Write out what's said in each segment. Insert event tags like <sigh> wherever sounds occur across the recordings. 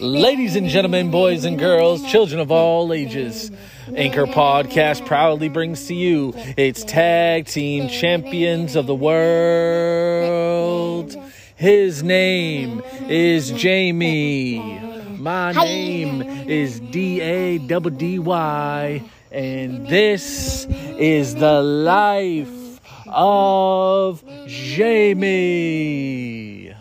Ladies and gentlemen, boys and girls, children of all ages, Anchor Podcast proudly brings to you its tag team champions of the world. His name is Jamie. My name is D A D D Y, and this is the life of Jamie.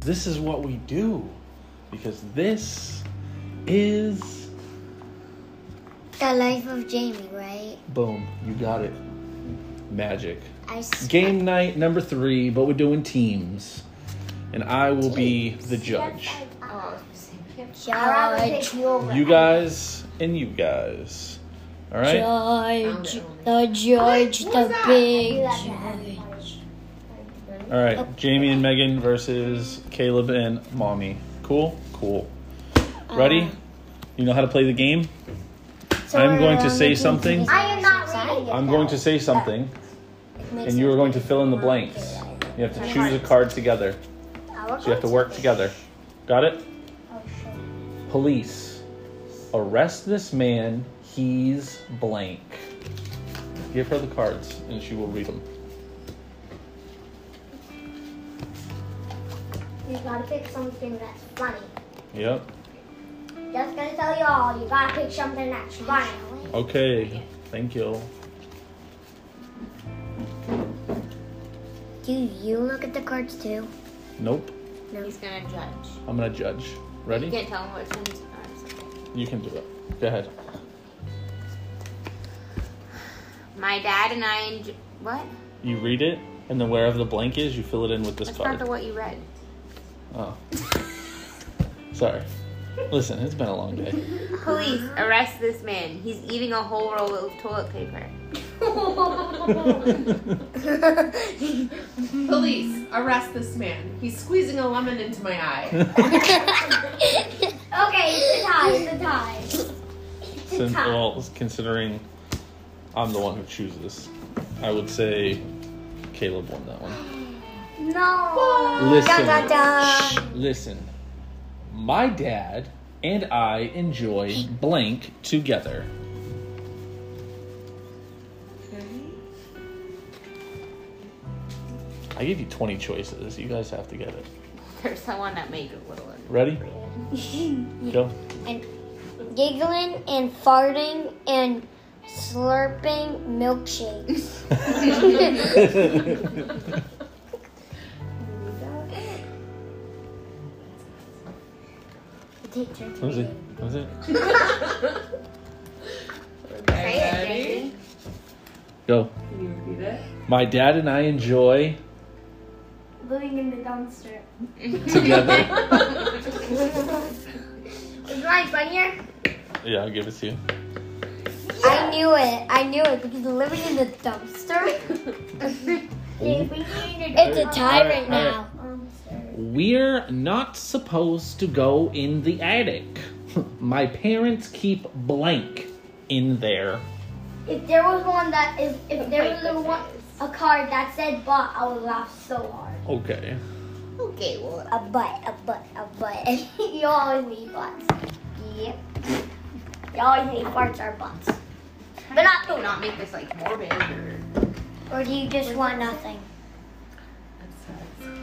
This is what we do because this is The life of Jamie, right? boom. You got it. Magic. I s- Game night number three, but we're doing teams, and I will be the judge. judge. You guys and you guys. All right. Judge, The judge, the big All right. Jamie and Megan versus Caleb and Mommy. Cool. Cool. Ready? You know how to play the game. I'm going to say something. I am not reading it. I'm going to say something, and you are going to fill in the blanks. You have to choose a card together. So you have to work together. Got it? Oh, Police. Arrest this man. He's blank. Give her the cards and she will read them. You gotta pick something that's funny. Yep. Just gonna tell you all, you gotta pick something that's funny. Okay. Thank you. Do you look at the cards too? Nope. he's gonna judge. I'm gonna judge. You Ready? can't tell him which one's ours. You can do it. Go ahead. My dad and I enj- what? You read it, and then wherever the blank is, you fill it in with this That's card. not the what you read. Oh. Sorry. Listen, it's been a long day. Police arrest this man. He's eating a whole roll of toilet paper. Police, arrest this man. He's squeezing a lemon into my <laughs> eye. Okay, it's a tie, it's a tie. <laughs> Since, well, considering I'm the one who chooses, I would say Caleb won that one. No. Listen, Dun, dun, dun. shh, listen. My dad and I enjoy blank together. I gave you 20 choices. You guys have to get it. There's someone that made it little. Ready? <laughs> Go. Giggling and farting and slurping milkshakes. Take turns. What was it? What was it? Ready? Go. Can you repeat it? My dad and I enjoy Living in the dumpster. <laughs> together. Is mine funnier? yeah, I'll give it to you. I knew it. I knew it because living in the <laughs> dumpster. it's a tie right now. We're not supposed to go in the attic. <laughs> My parents keep blank in there. If there was one that if, if there was a, one, a card that said butt, I would laugh so hard. Okay. Okay, well, A butt, a butt, a butt. <laughs> you always need butts. Yep. You always need farts or butts. But not do food. not make this like morbid or Or do you just want nothing?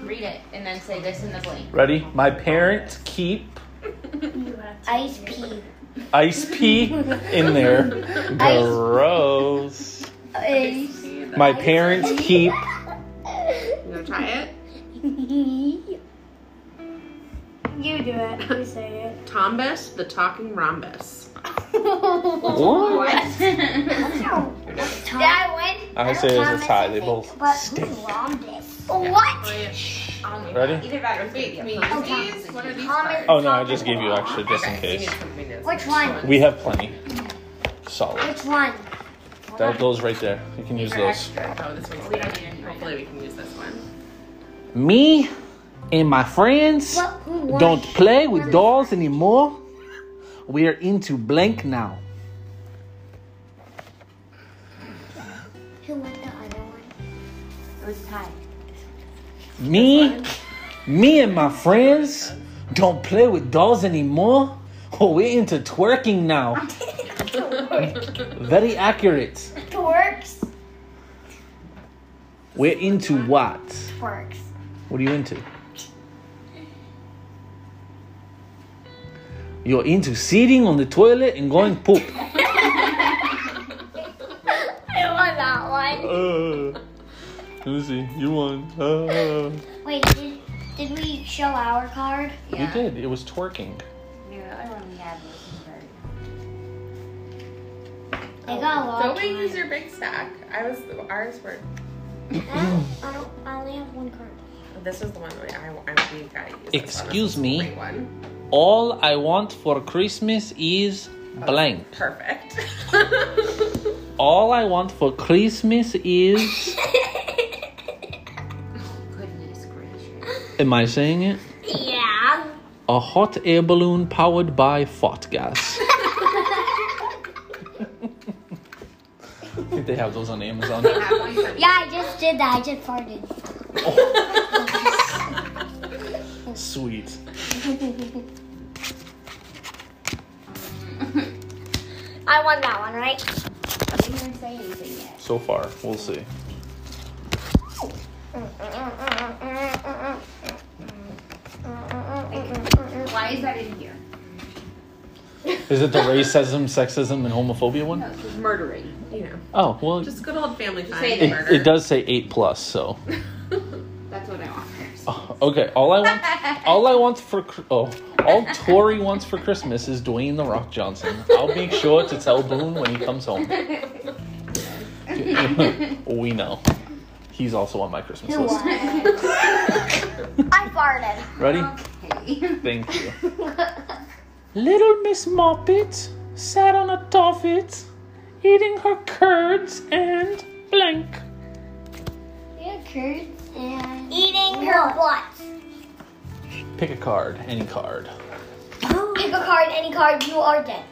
read it and then say this in the blank. Ready? My parents keep Ice pea. ice pea in there. Gross. Ice. My parents keep You gonna try it? you do it. <laughs> You say it. Tombus, the talking rhombus. <laughs> what? Did I win? I would say it was a tie. They both stink. What? Ready? Either that or three. Me, Okay. these, one of these Thomas- cards. Oh no, I just gave you extra just in Okay, you case. need something else. Which one? We have plenty. Solid. Which one? That goes right there. You can use those. Oh, this one's good. Hopefully we can use this one. Me and my friends But who wants- don't play with dolls anymore. We are into blank now. Who won the other one? It was tied. Me, me and my friends don't play with dolls anymore. <laughs> Oh, we're into twerking now. Very accurate. Twerks. We're into what? Twerks. What are you into? You're into sitting on the toilet and going <laughs> poop. <laughs> I won that one. Uh, let me see. You won. Uh, Wait, did, did we show our card? You did. It was twerking. The other one we had was converted. I got a lot. Don't we use your big stack? I was ours were. I don't. I only have one card. This was the one we I, I we gotta use. this one. Excuse This is me? the Great one. All I want for Christmas is blank. <laughs> Perfect. All I want for Christmas is. Goodness gracious. Am I saying it? <laughs> yeah. A hot air balloon powered by fart gas. I think they have those on Amazon. That one's <laughs> a- Yeah, I just did that. I just farted. Sweet. I won that one, right? We didn't say anything yet. So far, we'll see. Why is that in here? Is it the racism, sexism, and homophobia one? No, she's Oh, murdering. <laughs> you know, Oh well, just good old family fun. say it, murder. it does say eight plus. So That's what I <laughs> want. Oh, okay, all I want, all I want for Chr- oh, all Tori wants for Christmas is Dwayne the Rock Johnson. I'll make sure to tell Boone when he comes home. <laughs> we know. He's also on my Christmas Who list. won? I <laughs> farted. Ready? okay. Thank you. Little Miss Moppet sat on a toffet, eating her curds and blank. Yeah, curds and eating her butts. Pick a card, any card. Pick a card, any card, you are dead.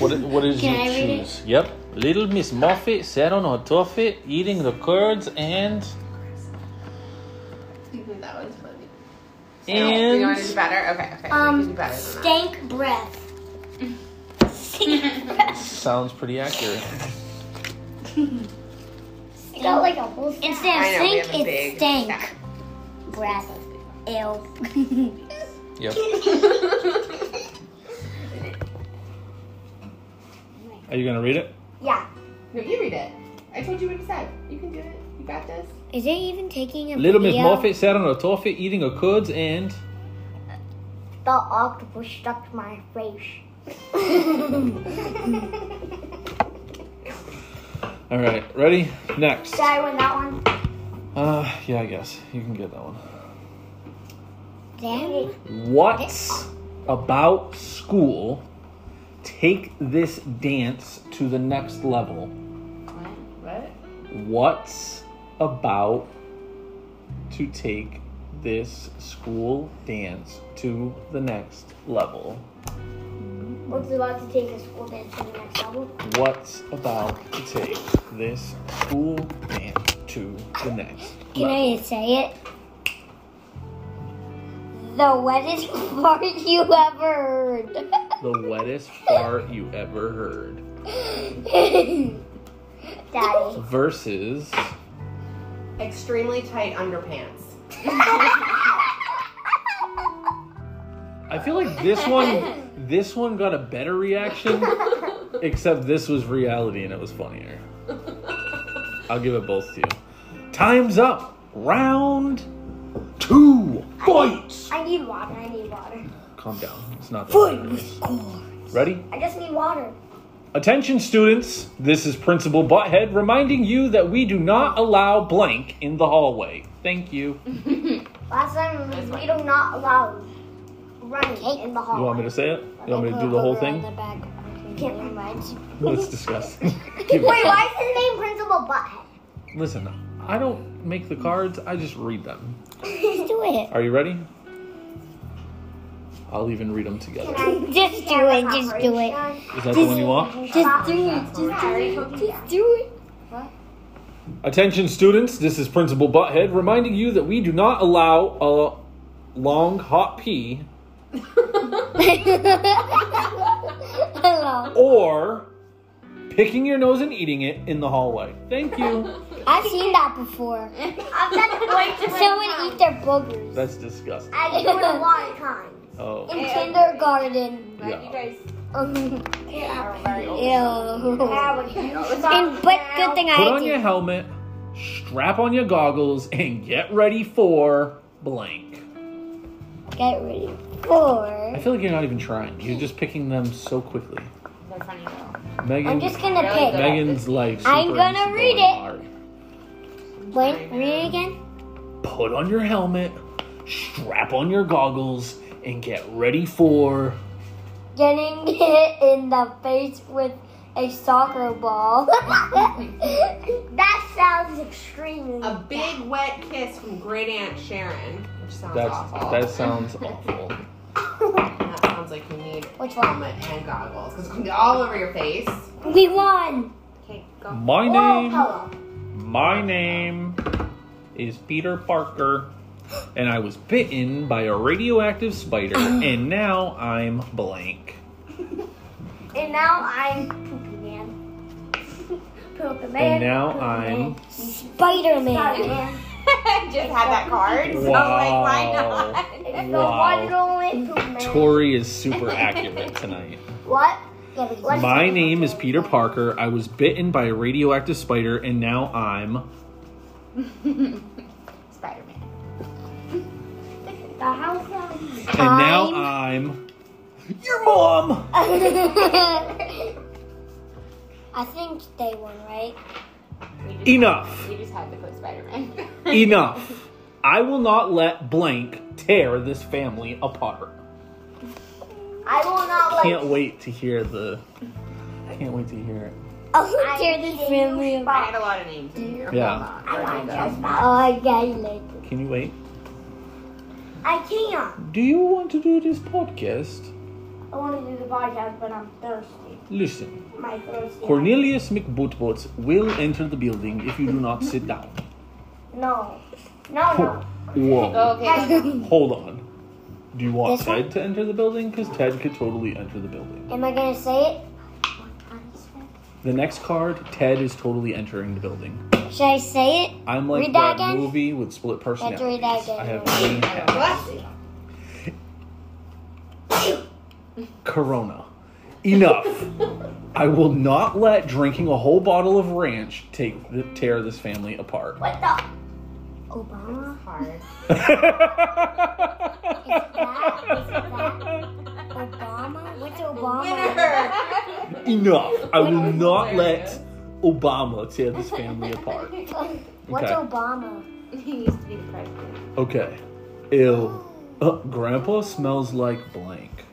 What, what did Can I you read it? choose? Yep. Little Miss Moffat sat on her toffee, eating the curds and that one's funny. and you want to do better? Okay, okay. we can do Um, better than that. stank <laughs> breath. Stink breath. sounds pretty accurate. I got like a whole stack. Instead I know, we of have a stink, big it's stank stack. breath. Ew. Yep. Are you gonna <laughs> read it? yeah. No, you read it. I told you what to say. You can do it. You got this. Is it even taking a Little Miss video? Moffat sat on her toffee, eating her curds and The octopus stuck to my face. all right, ready? Next. Did I win that one? Uh, yeah, I guess you can get that one. Then What's about school? Take this dance to the next level. What? What's about to take this school dance to the next level? what's about to take a school dance to the next level? What's about to take this school dance to the next Can level? I say it? The wettest <laughs> part you ever heard. The wettest fart you ever heard <laughs> Daddy. versus Extremely tight underpants. I feel like this <laughs> one this one got a better reaction except this was reality and it was funnier. I'll give it both to you. Time's up. Round 2. Fight. I need water. I need water. Calm down. It's not that. bad. Ready? I just need water. Attention students, this is Principal Butthead reminding you that we do not allow blank in the hallway. Thank you. You Last time we do not allow running in the hall. want me to say it? You want me to do the whole thing? Can't remember. Let's discuss. <laughs> Wait, why is his name Principal Butthead? Listen, I don't make the cards, I just read them. <laughs> Just do do it. Are you ready? I'll even read them together. Just do it. Just do it. Is that the one you want? Just do it. Just do it. Just do it. Attention, students. This is Principal Butthead reminding you that we do not allow a long hot pee <laughs> Hello. or picking your nose and eating it in the hallway. Thank you. I've seen that before. I've done it way too many Someone times. eat <laughs> their boogers. That's disgusting. I did it <laughs> a lot of times. Oh, In kindergarten. Right, you guys. Um, Yeah. <laughs> ew. would eat it. It's all- And, but good thing put I on your did. helmet, strap on your goggles, and get ready for blank. Get ready. I Four. feel like you're not even trying. You're just picking them so quickly. They're funny though. Megan, I'm just gonna Really pick. good. Megan's life. I'm gonna read it. Wait, Sorry, read it man. again. Put on your helmet, strap on your goggles, and get ready for. Getting <laughs> hit in the face with a soccer ball. <laughs> That sounds extremely. A big wet kiss from Great Aunt Sharon, which sounds That's awful. that sounds awful. And that sounds like you need Which a one? helmet and goggles because it's gonna be all over your face. We won. Okay, go. My name, Hello. my name is Peter Parker, and I was bitten by a radioactive <gasps> spider, and now I'm blank. And now I'm poopy man. <laughs> poopy man. And now I'm Spider Sorry, Man. man. just had that card. Oh So Wow. <laughs> like, why not? It's Wow. the one going poopy man. Tori is super accurate tonight. What? What's My your- name is <laughs> Peter Parker. I was bitten by a radioactive spider, and now I'm Spider Man. The house on and now I'm your mom. I think they won, right? Enough. You just had to put Spider Man. <laughs> Enough. I will not let blank tear this family apart. I will not let Can't wait to hear the. I can't wait to hear it. <laughs> Oh, I tear this hate family you, apart. I had a lot of names in here. Yeah. I want your Hold on. spot. Oh, I got you later. Can you wait? I can't. Do you want to do this podcast? I want to do the podcast, but I'm thirsty. Listen, My thirsty. Cornelius McBootbots will enter the building if you do not sit down. No. No, no. Whoa. <laughs> Okay. Hold on. Do you want This Ted one? to enter the building? Because Ted could totally enter the building. Am I gonna say The next card, Ted is totally entering the building. it? Should I say it? I'm like Read that that again? movie with split Let's personality. read that again. I have many hats. Bless Corona. Enough. I will not let drinking a whole bottle of ranch take the, tear this family apart. <laughs> What the? Obama. Hard. Obama. What's Obama? Winner. Enough. I will not hilarious. let Obama tear this family apart. What's Okay. Obama? he used to be the president. Okay. Ew. Uh, grandpa smells like blank.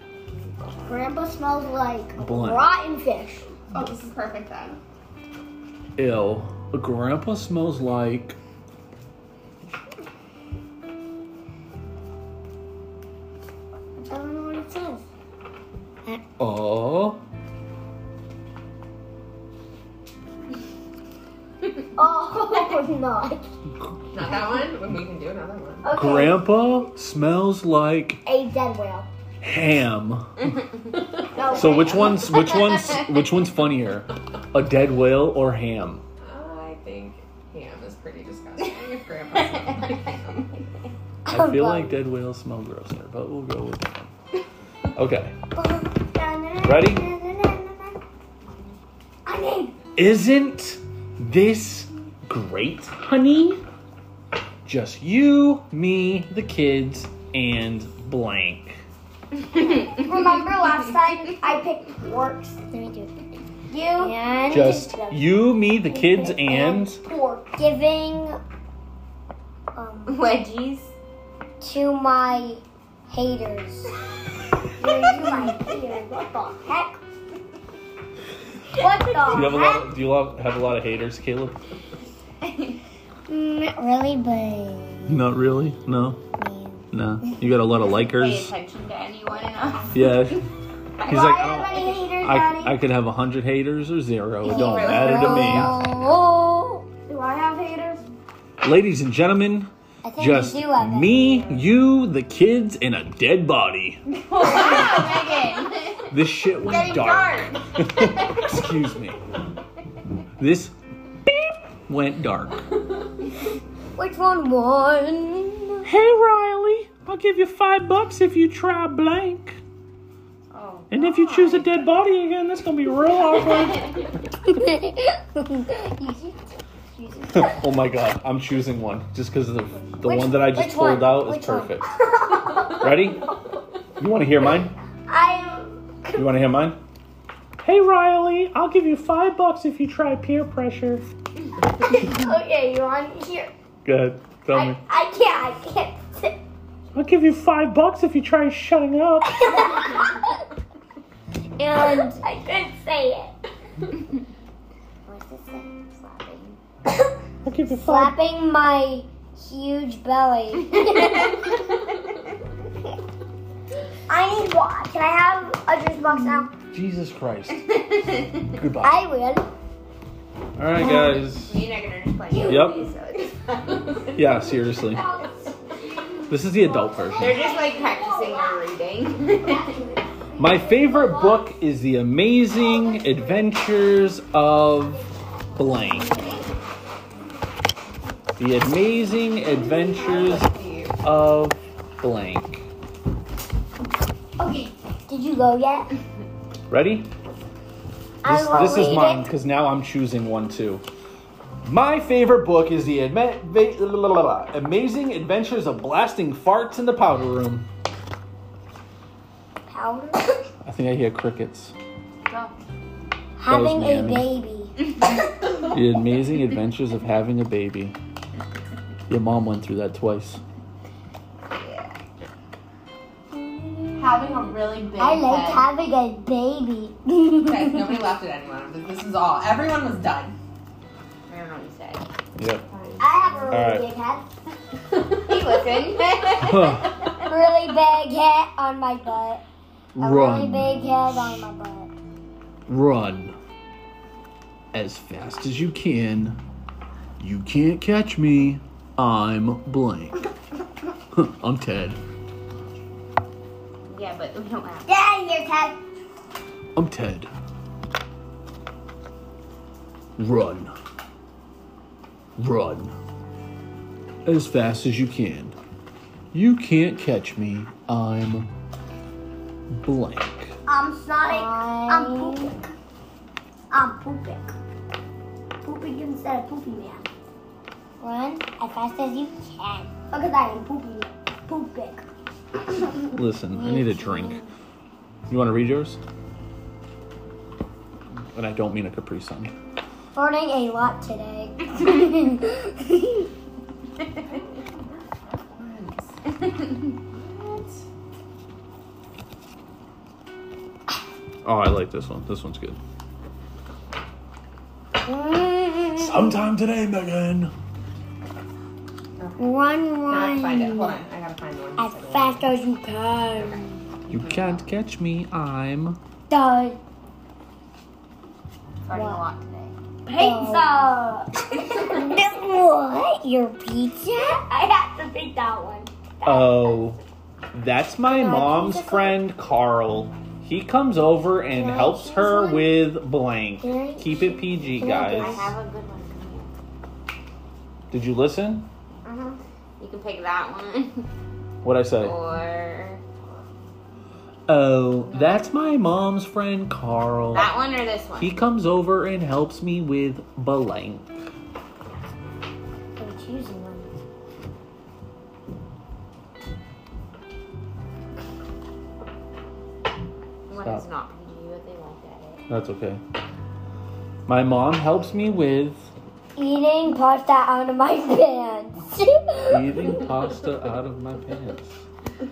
Grandpa smells like Blank. rotten fish. Oh, this is perfect then. Ew. Grandpa smells like. I don't know what it says. Uh. Oh <laughs> no! Not that one. Then we can do another <laughs> one. <laughs> Okay. Grandpa smells like A dead whale. ham. No, So wait. which one's which one's which one's funnier, a dead whale or ham? Oh, I think ham is pretty <laughs> disgusting. If grandpa's not <laughs> like ham. I feel like dead whales smell grosser, but we'll go with ham. Okay. Ready? I mean, Isn't this great, honey? Just you, me, the kids, and blank. remember last time I picked works? Let me do it. You And Just you, me, the kids, and pork. giving um, Wedgies. to my <laughs> haters. You're my ear. What the heck? What do you have a the heck? lot? Do you lo- have a lot of haters, Caleb? Mm, not really, but Not really. No. I mean, No, you got a lot of Pay likers. attention to anyone enough. <laughs> Yeah. He's like, Why are I, there many haters, don't, Daddy? I, I could have hundred haters or zero. It don't Zero. matter to Oh, Do I have haters? me. Ladies and gentlemen, I think just you do have it. me, you, the kids, and a dead <laughs> body. wow, Megan. <laughs> This shit went Getting dark. dark. <laughs> Excuse me. This beep went dark. <laughs> Which one won? <laughs> Hey Riley, I'll give you five bucks if you try blank. Oh, And if you choose a dead body again, that's gonna be <laughs> real awkward. oh my god, I'm choosing one just because the the Which- one that I just which pulled one? out is Which one? perfect. Ready? You want to hear mine? I'm. <laughs> You want to hear mine? Hey Riley, I'll give you five bucks if you try peer pressure. Okay, you want here? Go ahead, tell I, me. I can't. I can't. sit. I'll give you five bucks if you try shutting up. And <laughs> I couldn't say it. what's this thing? Slapping. <coughs> I'll give you five. Slapping my huge belly. <laughs> I need water. Can I have a juice box now? Jesus Christ. Goodbye. I will. All right, guys. <laughs> Me and I are gonna play. Yep. So <laughs> it's- Yeah, seriously. This is the adult version. They're just like practicing their reading. <laughs> My favorite book is The Amazing Adventures of Blank. The Amazing Adventures of Blank. Okay. Did you go yet? Ready? I This, will this is read mine it. because now I'm choosing one too. My favorite book is The Adma- Va- la- la- la- la- Amazing Adventures of Blasting Farts in the Powder Room. Powder. I think I hear crickets. was Having a Miami. baby. The Amazing Adventures of Having a Baby. Your mom went through that twice. Having a really big I like head. having a baby. <laughs> Guys, nobody laughed at anyone. But this is all. Everyone was done. I don't know what you said. <laughs> Yep. I have a really Alright. big head. He listened. Really big head on my butt. A really Run. big head on my butt. Run. As fast as you can. You can't catch me. I'm blank. <laughs> I'm Ted. <laughs> yeah, but we don't laugh. Yeah, your cat. I'm Ted. Run. Run. As fast as you can. You can't catch me. I'm blank. I'm snotting. I'm I'm pooping. I'm pooping. Pooping instead of pooping man. run as fast as you can. Look at that, I'm pooping. Pooping. Listen, I need a drink. You want to read yours? And I don't mean a Capri Sun. Learning a lot <laughs> today. <laughs> Oh, I like this one. This one's good. Sometime today, Megan. Run, I have to find run. it. Hold on. I gotta find one. As fast as you can. You can't catch me. I'm Done. Starting a lot today. Pizza! <laughs> what? Your pizza? I have to pick that one. Oh, that's my Can I mom's please have friend Carl. He comes over and Can I helps choose her one? with blank. Can I- Keep it PG, Can I do- I guys. have a good one. Come here. Did you listen? You can pick that one <laughs> What'd I say? or Oh, that's my mom's friend Carl. that one or this one. He comes over and helps me with blank. I'm choosing one. One is not PG, but they won't get it. That's okay. My mom helps me with Eating pasta out of my pants. <laughs> eating pasta out of my pants.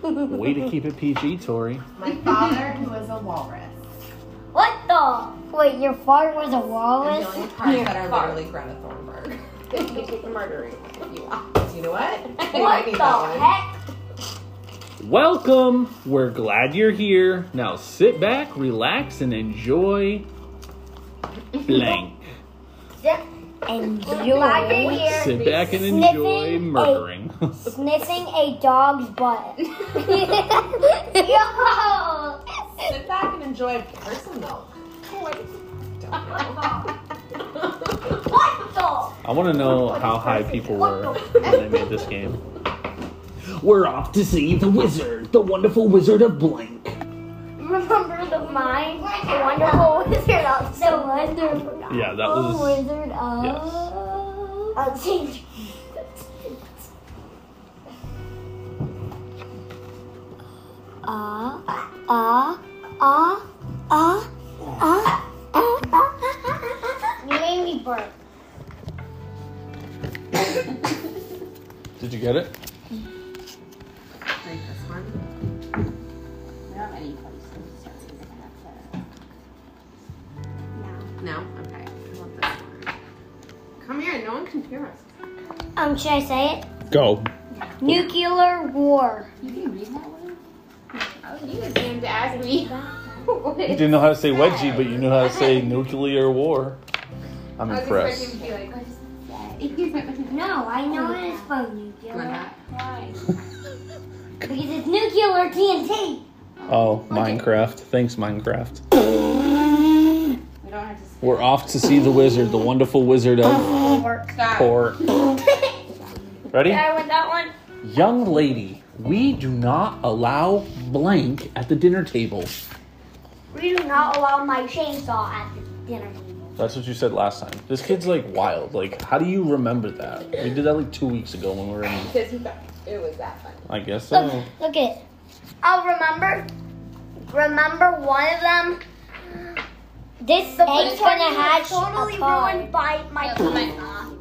Way to keep it PG, Tori. My father, who is a walrus. what the? Wait, your fart was a I'm walrus? dealing with parts that are literally Greta Thornburg. <laughs> You can take the murdering if you want. You know what? What the heck? Welcome. We're glad you're here. Now sit back, relax, and enjoy blank. Glad you're Enjoy here. Sit back and Sniffing enjoy a- Oh. murdering. <laughs> sniffing a dog's butt. <laughs> Yo! Sit back and enjoy person milk. Don't know. What the? I want to know how high people were when they made this game. We're off to see the wizard, the wonderful wizard of blank. Remember the mine? The wonderful wizard of the wonderful Yeah, that Oh, was. wizard of. uh, I'll change. Ah, ah, ah, ah, ah, ah, ah. You made me burp. Did you get it? Like this one. We don't have any places. No. No? Okay. I want this one. Come here, no one can hear us. Um, should I say it? Go. Nuclear war. You can read that one? Oh, <laughs> you were damn to ask me. <laughs> What You is- didn't know how to say wedgie, but you knew how to say nuclear war. I'm <laughs> I was expecting impressed. him to be like, No, I know it is for You want nuclear that? because it's nuclear TNT. Oh, Minecraft. Thanks, Minecraft. We don't have to say We're off to see the wizard, the wonderful wizard of pork. Ready? I want that one. Young lady, we do not allow blank at the dinner table. We do not allow my chainsaw at the dinner table. That's what you said last time. This kid's like wild. Like, how do you remember that? We did that like two weeks ago when we were in. because he thought it was that funny. I guess so. Look at it. Oh, remember? Remember one of them? This The egg's one was gonna hatch totally a pie. ruined by my chainsaw.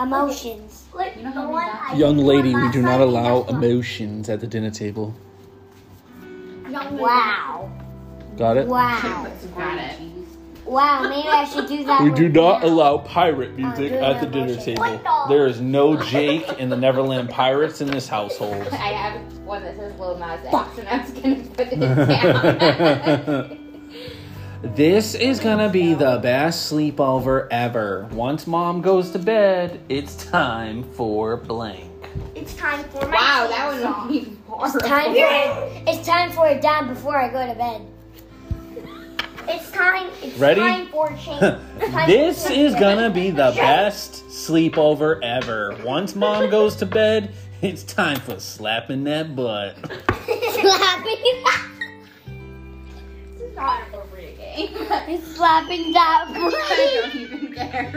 Emotions. Like, know the how we one got- I Young did lady, one we last do not time in allow this one. emotions at the dinner table. Young lady. Wow. Got it? Wow. Got it. Wow. Maybe I should do that. We one do not now. allow pirate music do at the not dinner emotions. table. What the- There is no Jake and the Neverland Pirates in this household. I have one that says Lil Nas X, and I was gonna put <laughs> it down. <laughs> This is gonna be the best sleepover ever. Once mom goes to bed, it's time for <laughs> blank. It's time for my wow, chainsaw. that was horrible. Time for it's time for a dab before I go to bed. It's time. It's Ready? time for change. It's time This for is change. gonna be the best sleepover ever. Once mom goes to bed, it's time for slapping that butt. <laughs> slapping, This is not appropriate game. <laughs> slapping that I boy. don't even care.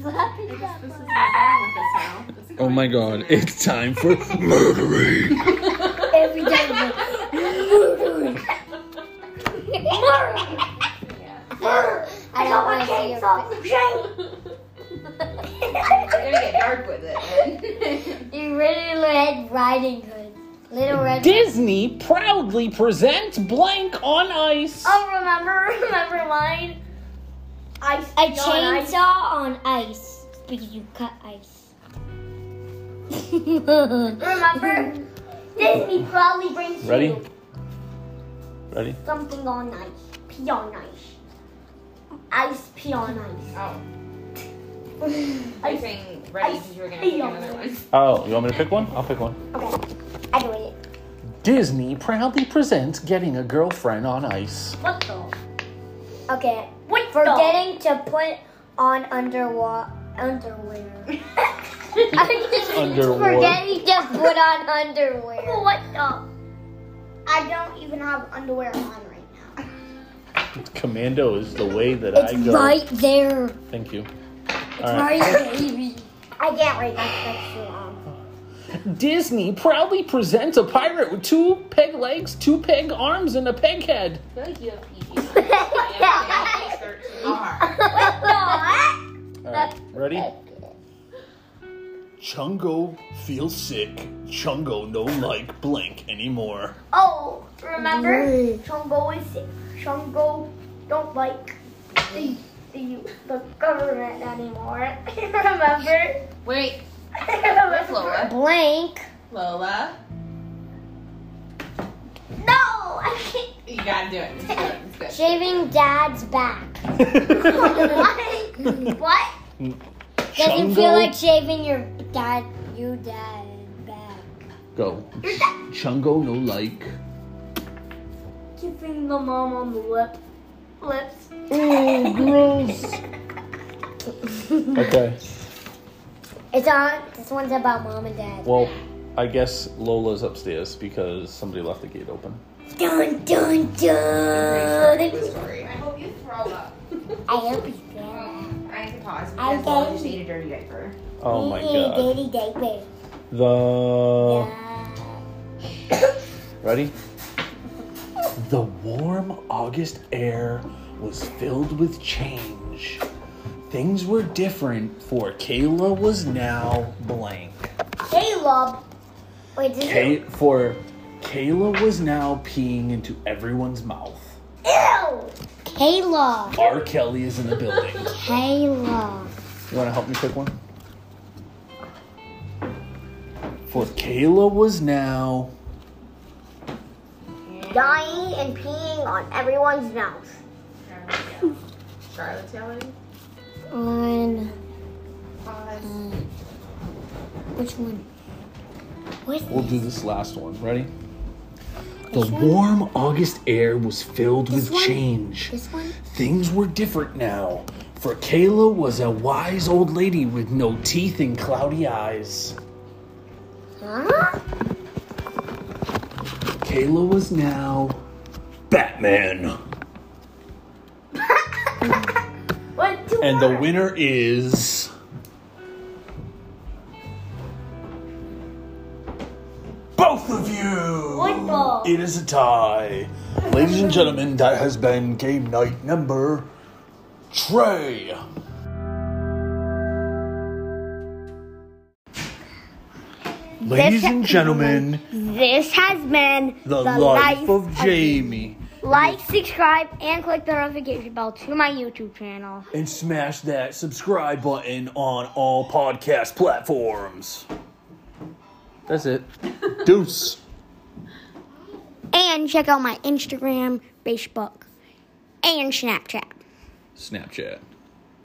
slapping This that is not going with us now. This is Oh my going god, somewhere. it's time for murdering. every day. Yeah. I don't want to see your face. We're gonna get dark with it. then. <laughs> You really Red Riding Hood, Little Red. Disney proudly presents blank on ice. Oh, remember, remember mine. I no, A I- chainsaw on ice because you cut ice. <laughs> Remember Remember, Disney probably brings Ready? you Ready? something on ice. Pee on ice. Ice pee on ice. oh, I Ice. was saying ready because you were gonna pick another one. Oh, you want me to pick one? I'll pick one. Okay, I do it. Disney proudly presents getting a girlfriend on ice. What the? Okay. What Forgetting to put on underwa- <laughs> underwear. Underwear. Forgetting to put on underwear. <laughs> What the? I don't even have underwear on right now. Commando is the way that It's I go. right there. Thank you. It's All right. right, baby. I um, can't read that too long. Disney proudly presents a pirate with two peg legs, two peg arms, and a peg head. I feel like you have PG. I am saying it's 13 R. All right, ready? Chungo feels sick. Chungo no like blank anymore. Oh, remember? Mm. Chongo is sick. Chongo don't like the, the, the government anymore. <laughs> remember? Wait, remember? <laughs> Lola. Blank. Lola. God, do it. It's good. It's good. Shaving dad's back. <laughs> Doesn't What? Doesn't feel like shaving your dad, you dad back. Go. Chungo no like. Kissing the mom on the lip, lips. Oh, gross. okay. It's on. This one's about mom and dad. Well, I guess Lola's upstairs because somebody left the gate open. Dun dun Pretty dun. sure story. I hope you throw up. I hope he's dead. I need to pause I because Lola don't- just ate a dirty diaper. Oh my god. Daddy diaper. The Yeah. ready? The warm August air was filled with change. Things were different for Kayla was now blank. Caleb. Wait, this is Kay- for Kayla was now peeing into everyone's mouth. Ew! Kayla. R. Kelly is in <laughs> the building. You Kayla. wanna help me pick one? For Kayla was now Dying and peeing on everyone's mouth. Charlotte's yelling. On Pause. which one? What? We'll do this last one. Ready? The warm August air was filled with one? change. This one? Things were different now, for Kayla was a wise old lady with no teeth and cloudy eyes. Huh? Kayla was now Batman. What? Two And the winner is. Both of you! What the- It is a tie. Ladies and gentlemen, that has been game night number Trey. Ladies and gentlemen, This has been the, life, of Jamie. Like, subscribe, and click the notification bell to my YouTube channel. And smash that subscribe button on all podcast platforms. That's it. Deuce. And check out my Instagram, Facebook, and Snapchat. Snapchat.